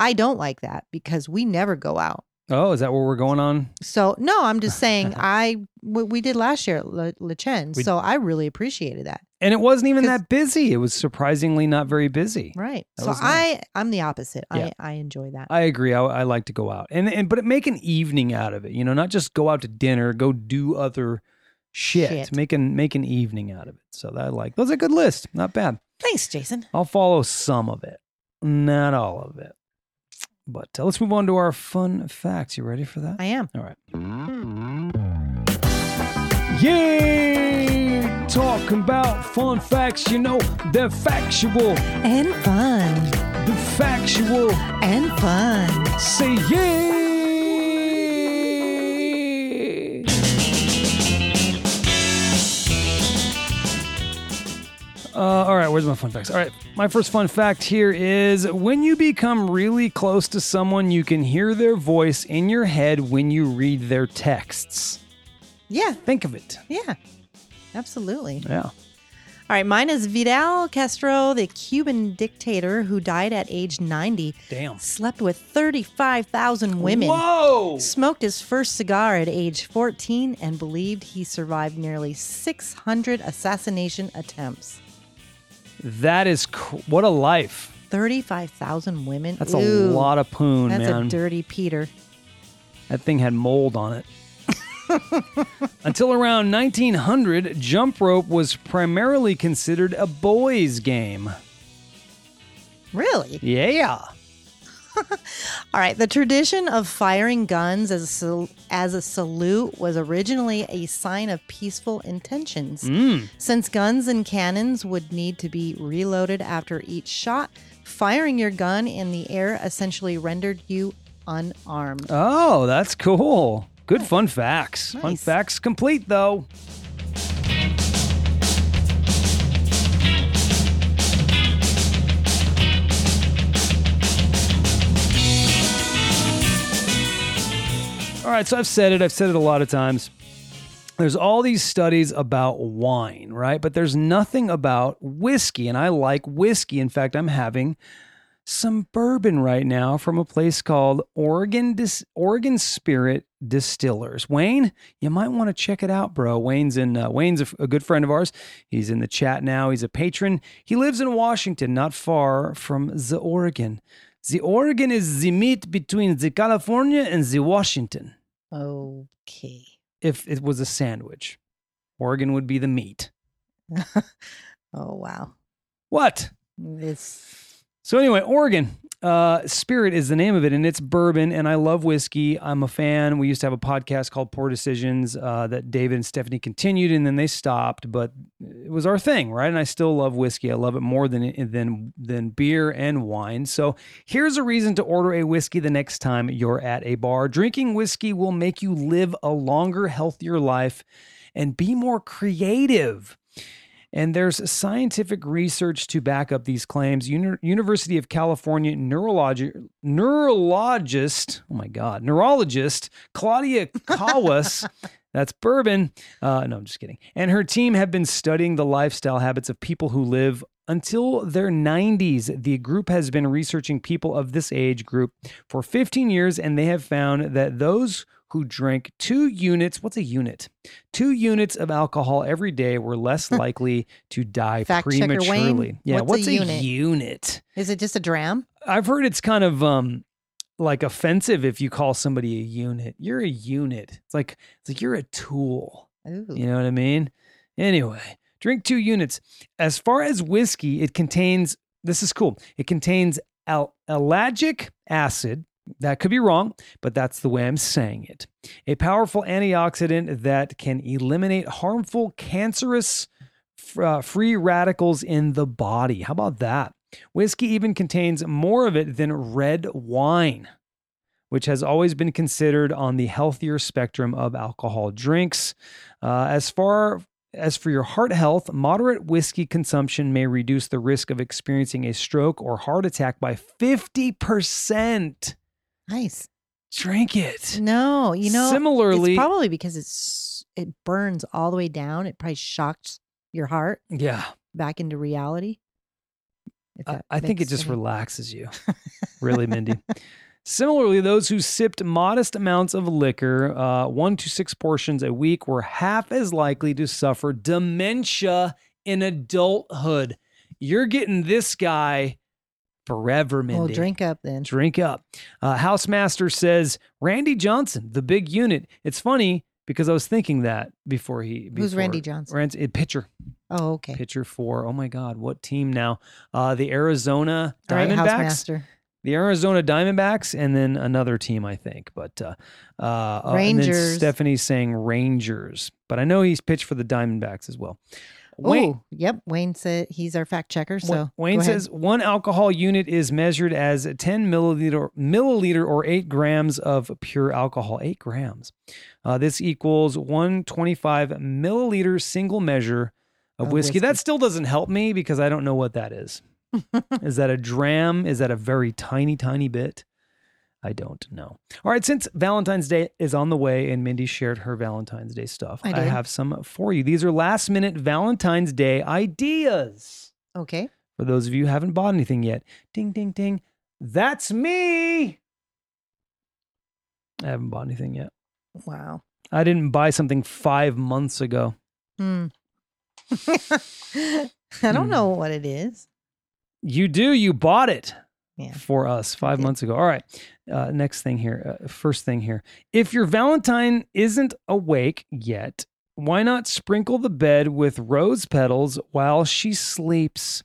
I don't like that because we never go out. Oh, is that where we're going on? So no, I'm just saying I what we did last year at Le, Le Chen. We- so I really appreciated that. And it wasn't even 'Cause- that busy. It was surprisingly not very busy. Right. That so was nice. I I'm the opposite. Yeah. I I enjoy that. I agree. I, I like to go out and and but make an evening out of it. You know, not just go out to dinner. Go do other shit. Shit. Make an make an evening out of it. So that I like. That's a good list. Not bad. Thanks, Jason. I'll follow some of it, not all of it. But uh, let's move on to our fun facts. You ready for that? I am. All right. Yay! Talking about fun facts, you know, they're factual. And fun. The factual And fun. say yay! Uh, all right, where's my fun facts? All right, my first fun fact here is when you become really close to someone, you can hear their voice in your head when you read their texts. Yeah, Think of it. yeah. Absolutely. Yeah. All right, mine is Vidal Castro, the Cuban dictator who died at age 90, Damn. slept with 35,000 women. Whoa! smoked his first cigar at age 14 and believed he survived nearly 600 assassination attempts. That is cr- what a life. 35,000 women. That's Ooh, a lot of poon, That's man. a dirty Peter. That thing had mold on it. Until around 1900, jump rope was primarily considered a boys' game. Really? Yeah. All right. The tradition of firing guns as a, sal- as a salute was originally a sign of peaceful intentions. Since guns and cannons would need to be reloaded after each shot, firing your gun in the air essentially rendered you unarmed. Oh, that's cool. Good fun facts. Fun Nice. facts complete, though. All right, so I've said it, I've said it a lot of times. There's all these studies about wine, right? But there's nothing about whiskey, and I like whiskey. In fact, I'm having some bourbon right now from a place called Oregon Dis- Oregon Spirit Distillers. Wayne, you might want to check it out, bro. Wayne's in uh, Wayne's a, f- a good friend of ours. He's in the chat now. He's a patron. He lives in Washington, not far from the Oregon. The Oregon is the meet between the California and the Washington. Okay. if it was a sandwich. Oregon would be the meat. Oh wow. What? It's So anyway, Oregon. Uh, Spirit is the name of it, and it's bourbon. And I love whiskey. I'm a fan. We used to have a podcast called Poor Decisions uh, that David and Stephanie continued, and then they stopped. But it was our thing, right? And I still love whiskey. I love it more than than than beer and wine. So here's a reason to order a whiskey the next time you're at a bar. Drinking whiskey will make you live a longer, healthier life, and be more creative. And there's scientific research to back up these claims. Uni- University of California neurologi- neurologist, oh my God, neurologist Claudia Kawas, that's bourbon. Uh, no, I'm just kidding. And her team have been studying the lifestyle habits of people who live until their 90s. The group has been researching people of this age group for 15 years, and they have found that those who drank two units, what's a unit? Two units of alcohol every day were less likely to die Fact checker Wayne, prematurely. yeah, what's a what's, a, unit? unit? is it just a dram? I've heard it's kind of um like offensive if you call somebody a unit. You're a unit. It's like it's like you're a tool. Ooh. You know what I mean? Anyway, drink two units. As far as whiskey, it contains this is cool. It contains al- ellagic acid. That could be wrong, but that's the way I'm saying it. A powerful antioxidant that can eliminate harmful cancerous f- uh, free radicals in the body. How about that? Whiskey even contains more of it than red wine, which has always been considered on the healthier spectrum of alcohol drinks. Uh, as far as for your heart health, moderate whiskey consumption may reduce the risk of experiencing a stroke or heart attack by 50%. Nice. Drink it. No, you know, similarly, it's probably because it's it burns all the way down. It probably shocked your heart yeah, back into reality. If I, that I think it makes just any- relaxes you. really, Mindy. Similarly, those who sipped modest amounts of liquor, uh, one to six portions a week, were half as likely to suffer dementia in adulthood. You're getting this guy forever, Mindy. Well, drink up then. Drink up. Uh, Housemaster says Randy Johnson, the big unit. It's funny because I was thinking that before he. Before, Who's Randy Johnson? Rand, a pitcher, Oh, okay. pitcher for. Oh my God, what team now? Uh, the Arizona All right, Diamondbacks Housemaster. the Arizona Diamondbacks, and then another team, I think. But uh, uh, uh, And then Rangers. Stephanie's saying Rangers, but I know he's pitched for the Diamondbacks as well. Wayne, Oh, yep. Wayne said he's our fact checker. So Wa- Wayne go ahead. says one alcohol unit is measured as 10 milliliter, milliliter or 8 grams of pure alcohol. 8 grams. Uh, this equals 125 milliliter single measure of Of whiskey. That whiskey. still doesn't help me because I don't know what that is. is that a dram? Is that a very tiny, tiny bit? I don't know. All right, since Valentine's Day is on the way and Mindy shared her Valentine's Day stuff, I I did. have some for you. These are last minute Valentine's Day ideas. okay. For those of you who haven't bought anything yet, ding, ding, ding. That's me. I haven't bought anything yet. Wow. I didn't buy something five months ago. Hmm. I don't Hmm. know what it is. You do. You bought it Yeah. for us five did. months ago. All right. Uh, next thing here. Uh, first thing here. If your Valentine isn't awake yet, why not sprinkle the bed with rose petals while she sleeps?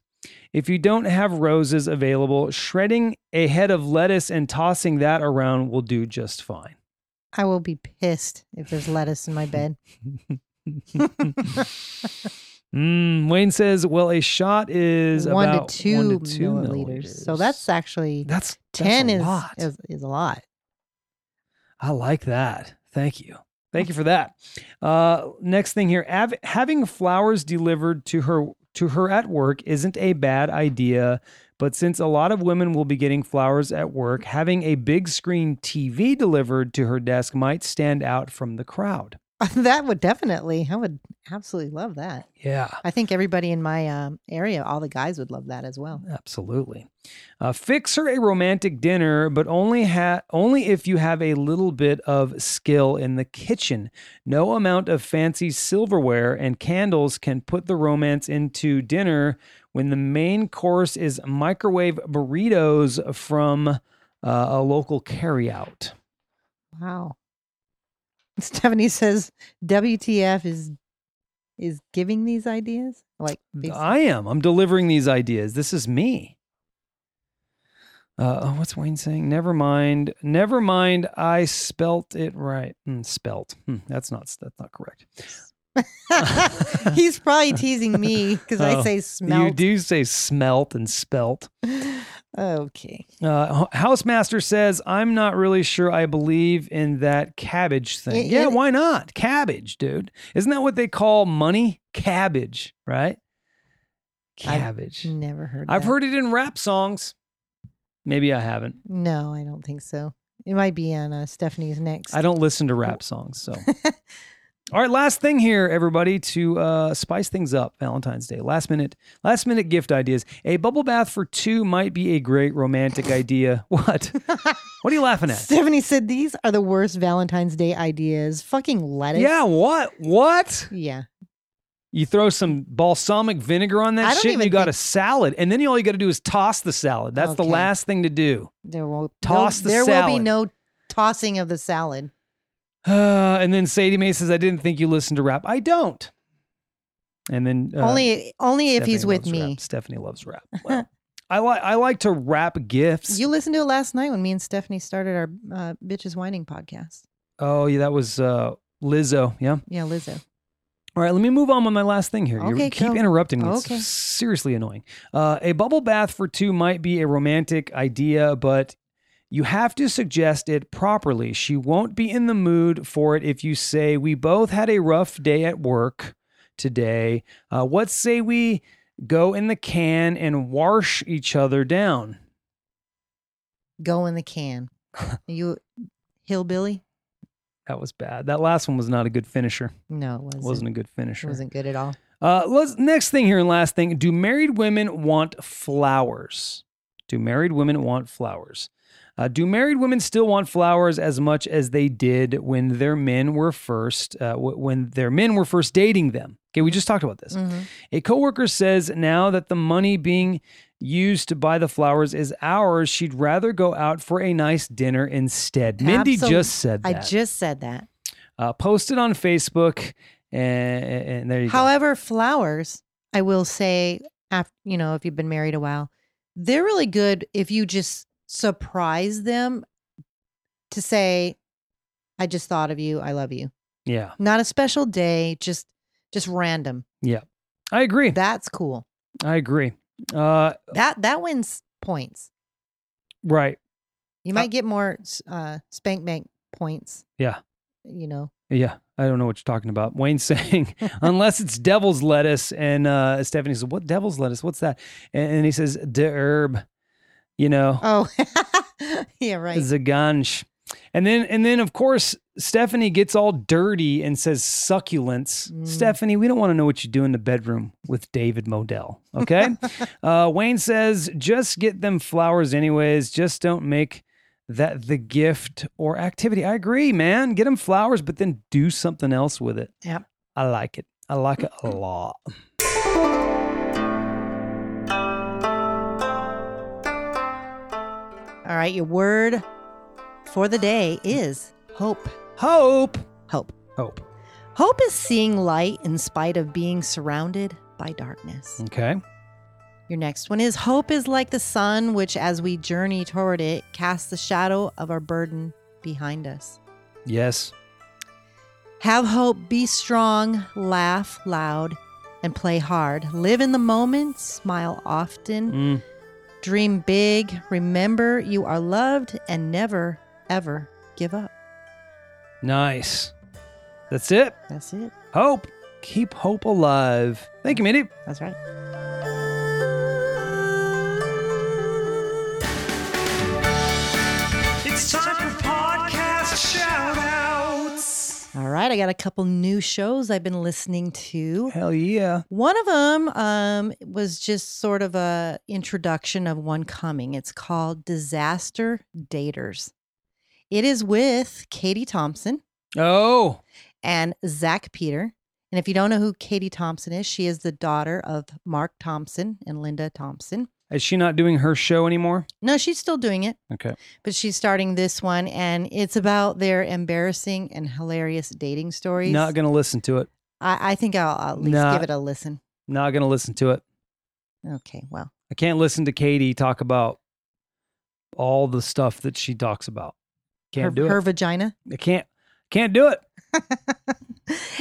If you don't have roses available, shredding a head of lettuce and tossing that around will do just fine. I will be pissed if there's lettuce in my bed. Mm, Wayne says, "Well, a shot is one, about to two one to two milliliters. So that's actually that's that's ten a is, lot. is is a lot. I like that. Thank you. Thank you for that. Uh, next thing here, av- having flowers delivered to her to her at work isn't a bad idea, but since a lot of women will be getting flowers at work, having a big screen TV delivered to her desk might stand out from the crowd. that would definitely. I would absolutely love that. Yeah. I think everybody in my um, area, all the guys would love that as well. Absolutely. Uh, fix her a romantic dinner, but only ha- only if you have a little bit of skill in the kitchen. No amount of fancy silverware and candles can put the romance into dinner when the main course is microwave burritos from uh, a local carryout. Wow. Stephanie says WTF is is giving these ideas. Like basi- I am. I'm delivering these ideas. This is me. Uh, oh, what's Wayne saying? Never mind. Never mind. I spelt it right. Mm, spelt. Hmm, that's not. That's not correct. he's probably teasing me because I uh, Oh, say You smelt. do say smelt and spelt. Okay. Uh, H- Housemaster says, I'm not really sure I believe in that cabbage thing. It- yeah, it- why not? Cabbage, dude. Isn't that what they call money? Cabbage, right? I've Cabbage. I've, Never heard. that. heard it in rap songs. Maybe I haven't. No, I don't think so. It might be on uh, Stephanie's next. I don't listen to rap songs, so. All right, last thing here, everybody, to uh, spice things up. Valentine's Day, last minute, last minute gift ideas. A bubble bath for two might be a great romantic idea. What? What are you laughing at? Stephanie said these are the worst Valentine's Day ideas. Fucking lettuce. Yeah, what? What? Yeah. You throw some balsamic vinegar on I that don't shit, and even you got think- a salad, and then all you got to do is toss the salad. That's the Okay. last thing to do, There will Toss the There will be salad. no tossing of the salad. uh, and then Sadie Mae says, "I didn't think you listened to rap. I don't." And then uh, only only if he's Stephanie with loves me. rap. Stephanie loves rap. Well, I like I like to wrap gifts. You listened to it last night when me and Stephanie started our uh, bitches whining podcast. oh yeah, that was uh, Lizzo. Yeah. Yeah, Lizzo. All right, let me move on with my last thing here. you Okay, keep go. interrupting me. It's Okay. seriously annoying. Uh, a bubble bath for two might be a romantic idea, but you have to suggest it properly. She won't be in the mood for it if you say, We both had a rough day at work today. Uh, what say we go in the can and wash each other down? Go in the can. you hillbilly? That was bad. That last one was not a good finisher. No, it wasn't. wasn't a good It finisher. wasn't good at all. Uh, let's, next thing here and last thing. Do married women want flowers? Do married women want flowers? Uh, do married women still want flowers as much as they did when their men were first uh, w- when their men were first dating them? Okay, we just talked about this. Mhm. A coworker says now that the money being used to buy the flowers is ours, she'd rather go out for a nice dinner instead. Mindy Absol- just said I that. just said that. uh, posted on Facebook, and, and there you go. However, flowers, I will say, after, you know, if you've been married a while, they're really good if you just surprise them to say, I just thought of you. I love you. Yeah, Not a special day, just just random. I agree. That's cool. I agree. Uh, That that wins points. right. You Uh, might get more s- uh, spank bank points. Yeah. You know, Yeah. I don't know what you're talking about. Wayne's saying, unless it's devil's lettuce. And uh, Stephanie says, What devil's lettuce? What's that? And, and he says, De herb, you know, oh, yeah, right. zaganj. And then, and then, of course, Stephanie gets all dirty and says, Succulents. Mm. Stephanie, we don't want to know what you do in the bedroom with David Modell. Okay. uh, Wayne says, Just get them flowers, anyways. Just don't make that the gift or activity. I agree, man. Get them flowers, but then do something else with it. Yep. I like it. I like it a lot. All right, your word for the day is hope. Hope. Hope. Hope. Hope is seeing light in spite of being surrounded by darkness. Okay. Your next one is hope is like the sun, which as we journey toward it, casts the shadow of our burden behind us. Yes. Have hope, be strong, laugh loud, and play hard. Live in the moment, smile often, Mm. dream big. Remember you are loved and never, ever give up. Nice. That's it. That's it. Hope. Keep hope alive. Thank you, Mindy. That's right. It's time for podcast shout outs. All right, I got a couple new shows I've been listening to. Hell yeah. One of them um, was just sort of a introduction of one coming. It's called Disaster Daters. It is with Katie Thompson Oh. and Zach Peter. And if you don't know who Katie Thompson is, she is the daughter of Mark Thompson and Linda Thompson. Is she not doing her show anymore? No, she's still doing it, Okay. but she's starting this one, and it's about their embarrassing and hilarious dating stories. Not going to listen to it. I, I think I'll at least Not- give it a listen. Not going to listen to it. Okay, well, I can't listen to Katie talk about all the stuff that she talks about. Can't her, do her it. vagina. I can't. Can't do it.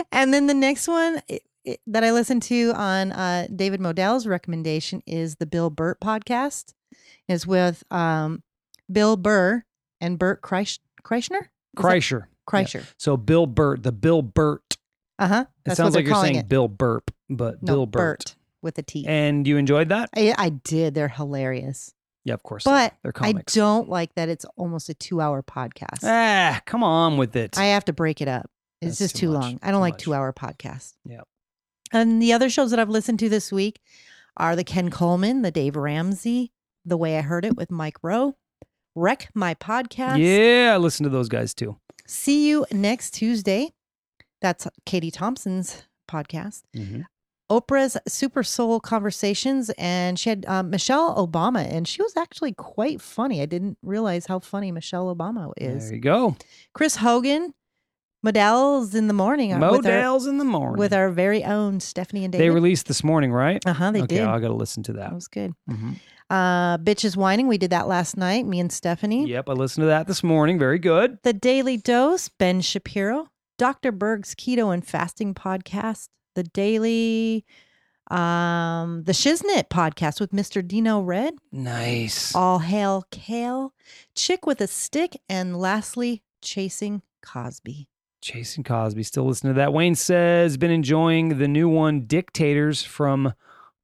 and then the next one i i that I listened to on uh, David Modell's recommendation is the Bill Burt podcast. Is with um, Bill Burr and Burt Kreisch- Kreischner. Is that- Kreischer. Kreischer. So Bill Burt, the Bill Burt. Uh huh. It That's sounds what they're like you're calling saying it. Bill Burp, but No, Bill Burt. Burt with a T. And you enjoyed that? I, I did. They're hilarious. Yeah, of course. But they're comics. I don't like that it's almost a two-hour podcast. Ah, come on with it. I have to break it up. It's That's just too too, much, long. I too don't like much. two-hour podcasts. Yep. And the other shows that I've listened to this week are the Ken Coleman, the Dave Ramsey, The Way I Heard It with Mike Rowe, Wreck My Podcast. yeah, I listen to those guys too. See you next Tuesday. That's Katie Thompson's podcast. Oprah's Super Soul Conversations, and she had um, Michelle Obama, and she was actually quite funny. I didn't realize how funny Michelle Obama is. There you go. Chris Hogan, Modell's in the morning uh, with our, Modell's in the morning. with our very own Stephanie and David. they released this morning, right? uh huh, they okay, did. I gotta listen to that. That was good. Mhm. Uh, Bitches Whining, we did that last night, me and Stephanie. Yep, I listened to that this morning. Very good. The Daily Dose, Ben Shapiro, Dr. Berg's Keto and Fasting Podcast, The Daily, um, The Shiznit Podcast with Mr. Dino Red, Nice. All Hail Kale, Chick with a Stick, and lastly, Chasing Cosby. Jason Cosby, still listening to that. Wayne says, been enjoying the new one, Dictators from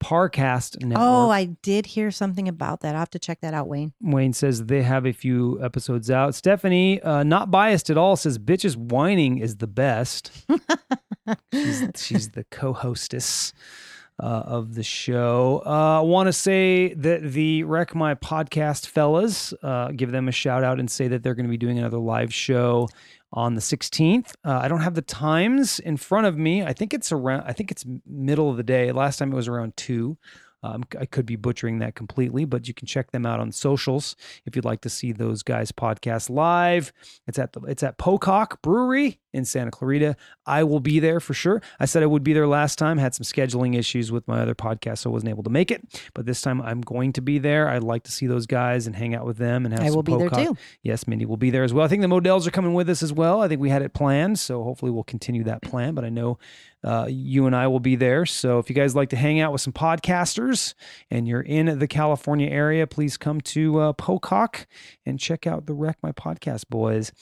Parcast Network. Oh, I did hear something about that. I'll have to check that out, Wayne. Wayne says they have a few episodes out. Stephanie, uh, not biased at all, says bitches whining is the best. She's, she's the co-hostess uh, of the show. Uh, I want to say that the Wreck My Podcast fellas, uh, give them a shout out and say that they're going to be doing another live show on the 16th. Uh, I don't have the times in front of me. I think it's around. I think it's middle of the day. Last time it was around two. Um, I could be butchering that completely, but you can check them out on socials if you'd like to see those guys podcast live. It's at the it's at Pocock Brewery in Santa Clarita. I will be there for sure. I said I would be there last time. Had some scheduling issues with my other podcast, so I wasn't able to make it. But this time I'm going to be there. I'd like to see those guys and hang out with them and have I some will be there Pocock. too. Yes, Mindy will be there as well. I think the Models are coming with us as well. I think we had it planned, so hopefully we'll continue that plan. But I know uh, you and I will be there. So if you guys like to hang out with some podcasters and you're in the California area, please come to uh, Pocock and check out the Wreck My Podcast Boys.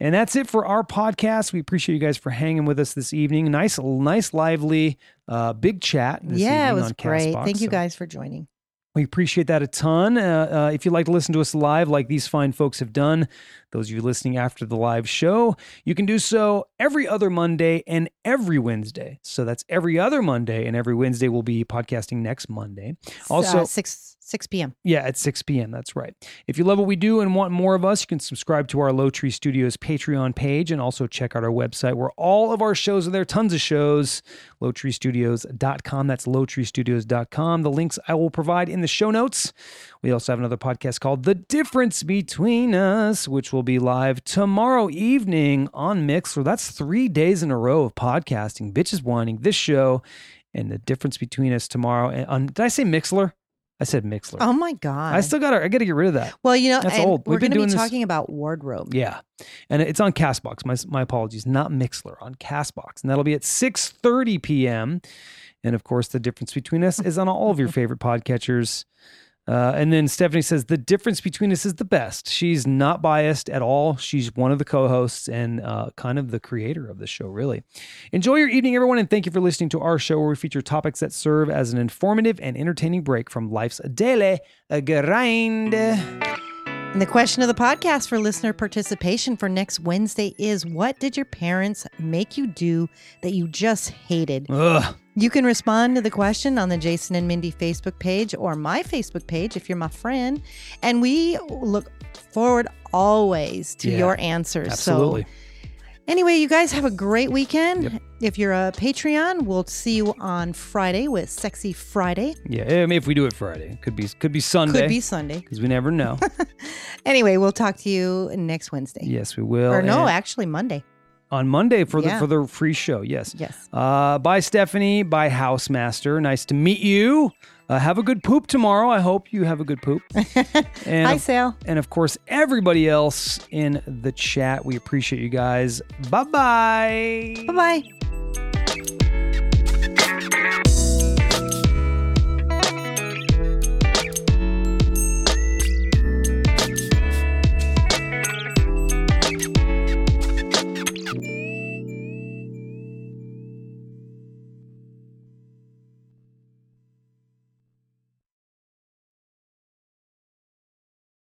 And that's it for our podcast. We appreciate you guys for hanging with us this evening. Nice, nice, lively, uh, big chat. This yeah, it evening was on great. Castbox. Thank you So- guys for joining. we appreciate that a ton. Uh, uh, if you'd like to listen to us live, like these fine folks have done, those of you listening after the live show, you can do so every other Monday and every Wednesday. So that's every other Monday and every Wednesday. We'll be podcasting next Monday. Also- uh, six six p.m. Yeah, at 6 p.m. That's right. If you love what we do and want more of us, you can subscribe to our Low Tree Studios Patreon page and also check out our website where all of our shows are there. Tons of shows. LowTreeStudios.com. That's LowTreeStudios.com. The links I will provide in the show notes. We also have another podcast called The Difference Between Us, which will be live tomorrow evening on Mixer. That's three days in a row of podcasting. Bitches whining. This show. And the difference between us tomorrow. And on, did I say Mixler? I said Mixler. Oh my god! I still got to. I got to get rid of that. well, you know, That's and old. we're We've been going to doing be this- talking about wardrobe. Yeah, and it's on Castbox. My my apologies, not Mixler on Castbox, and that'll be at six thirty p.m. And of course, the difference between us is on all of your favorite podcatchers. Uh, and then Stephanie says the difference between us is the best. She's not biased at all. She's one of the co-hosts and uh, kind of the creator of the show, really. Enjoy your evening, everyone, and thank you for listening to our show where we feature topics that serve as an informative and entertaining break from life's daily grind. And the question of the podcast for listener participation for next Wednesday is: What did your parents make you do that you just hated? Ugh. You can respond to the question on the Jason and Mindy Facebook page or my Facebook page if you're my friend. And we look forward always to Yeah, your answers. Absolutely. So, anyway, you guys have a great weekend. If you're a Patreon, we'll see you on Friday with Sexy Friday. Yeah, I mean, if we do it Friday, could be could be Sunday Could be Sunday. because we never know. Anyway, we'll talk to you next Wednesday. yes, we will. Or no, And actually Monday. on Monday for Yeah. the for the free show. Yes. Yes. Uh, bye, Stephanie. Bye, Housemaster. Nice to meet you. Uh, have a good poop tomorrow. I hope you have a good poop. And Hi, of- Sal. and of course, everybody else in the chat. We appreciate you guys. Bye bye. Bye bye.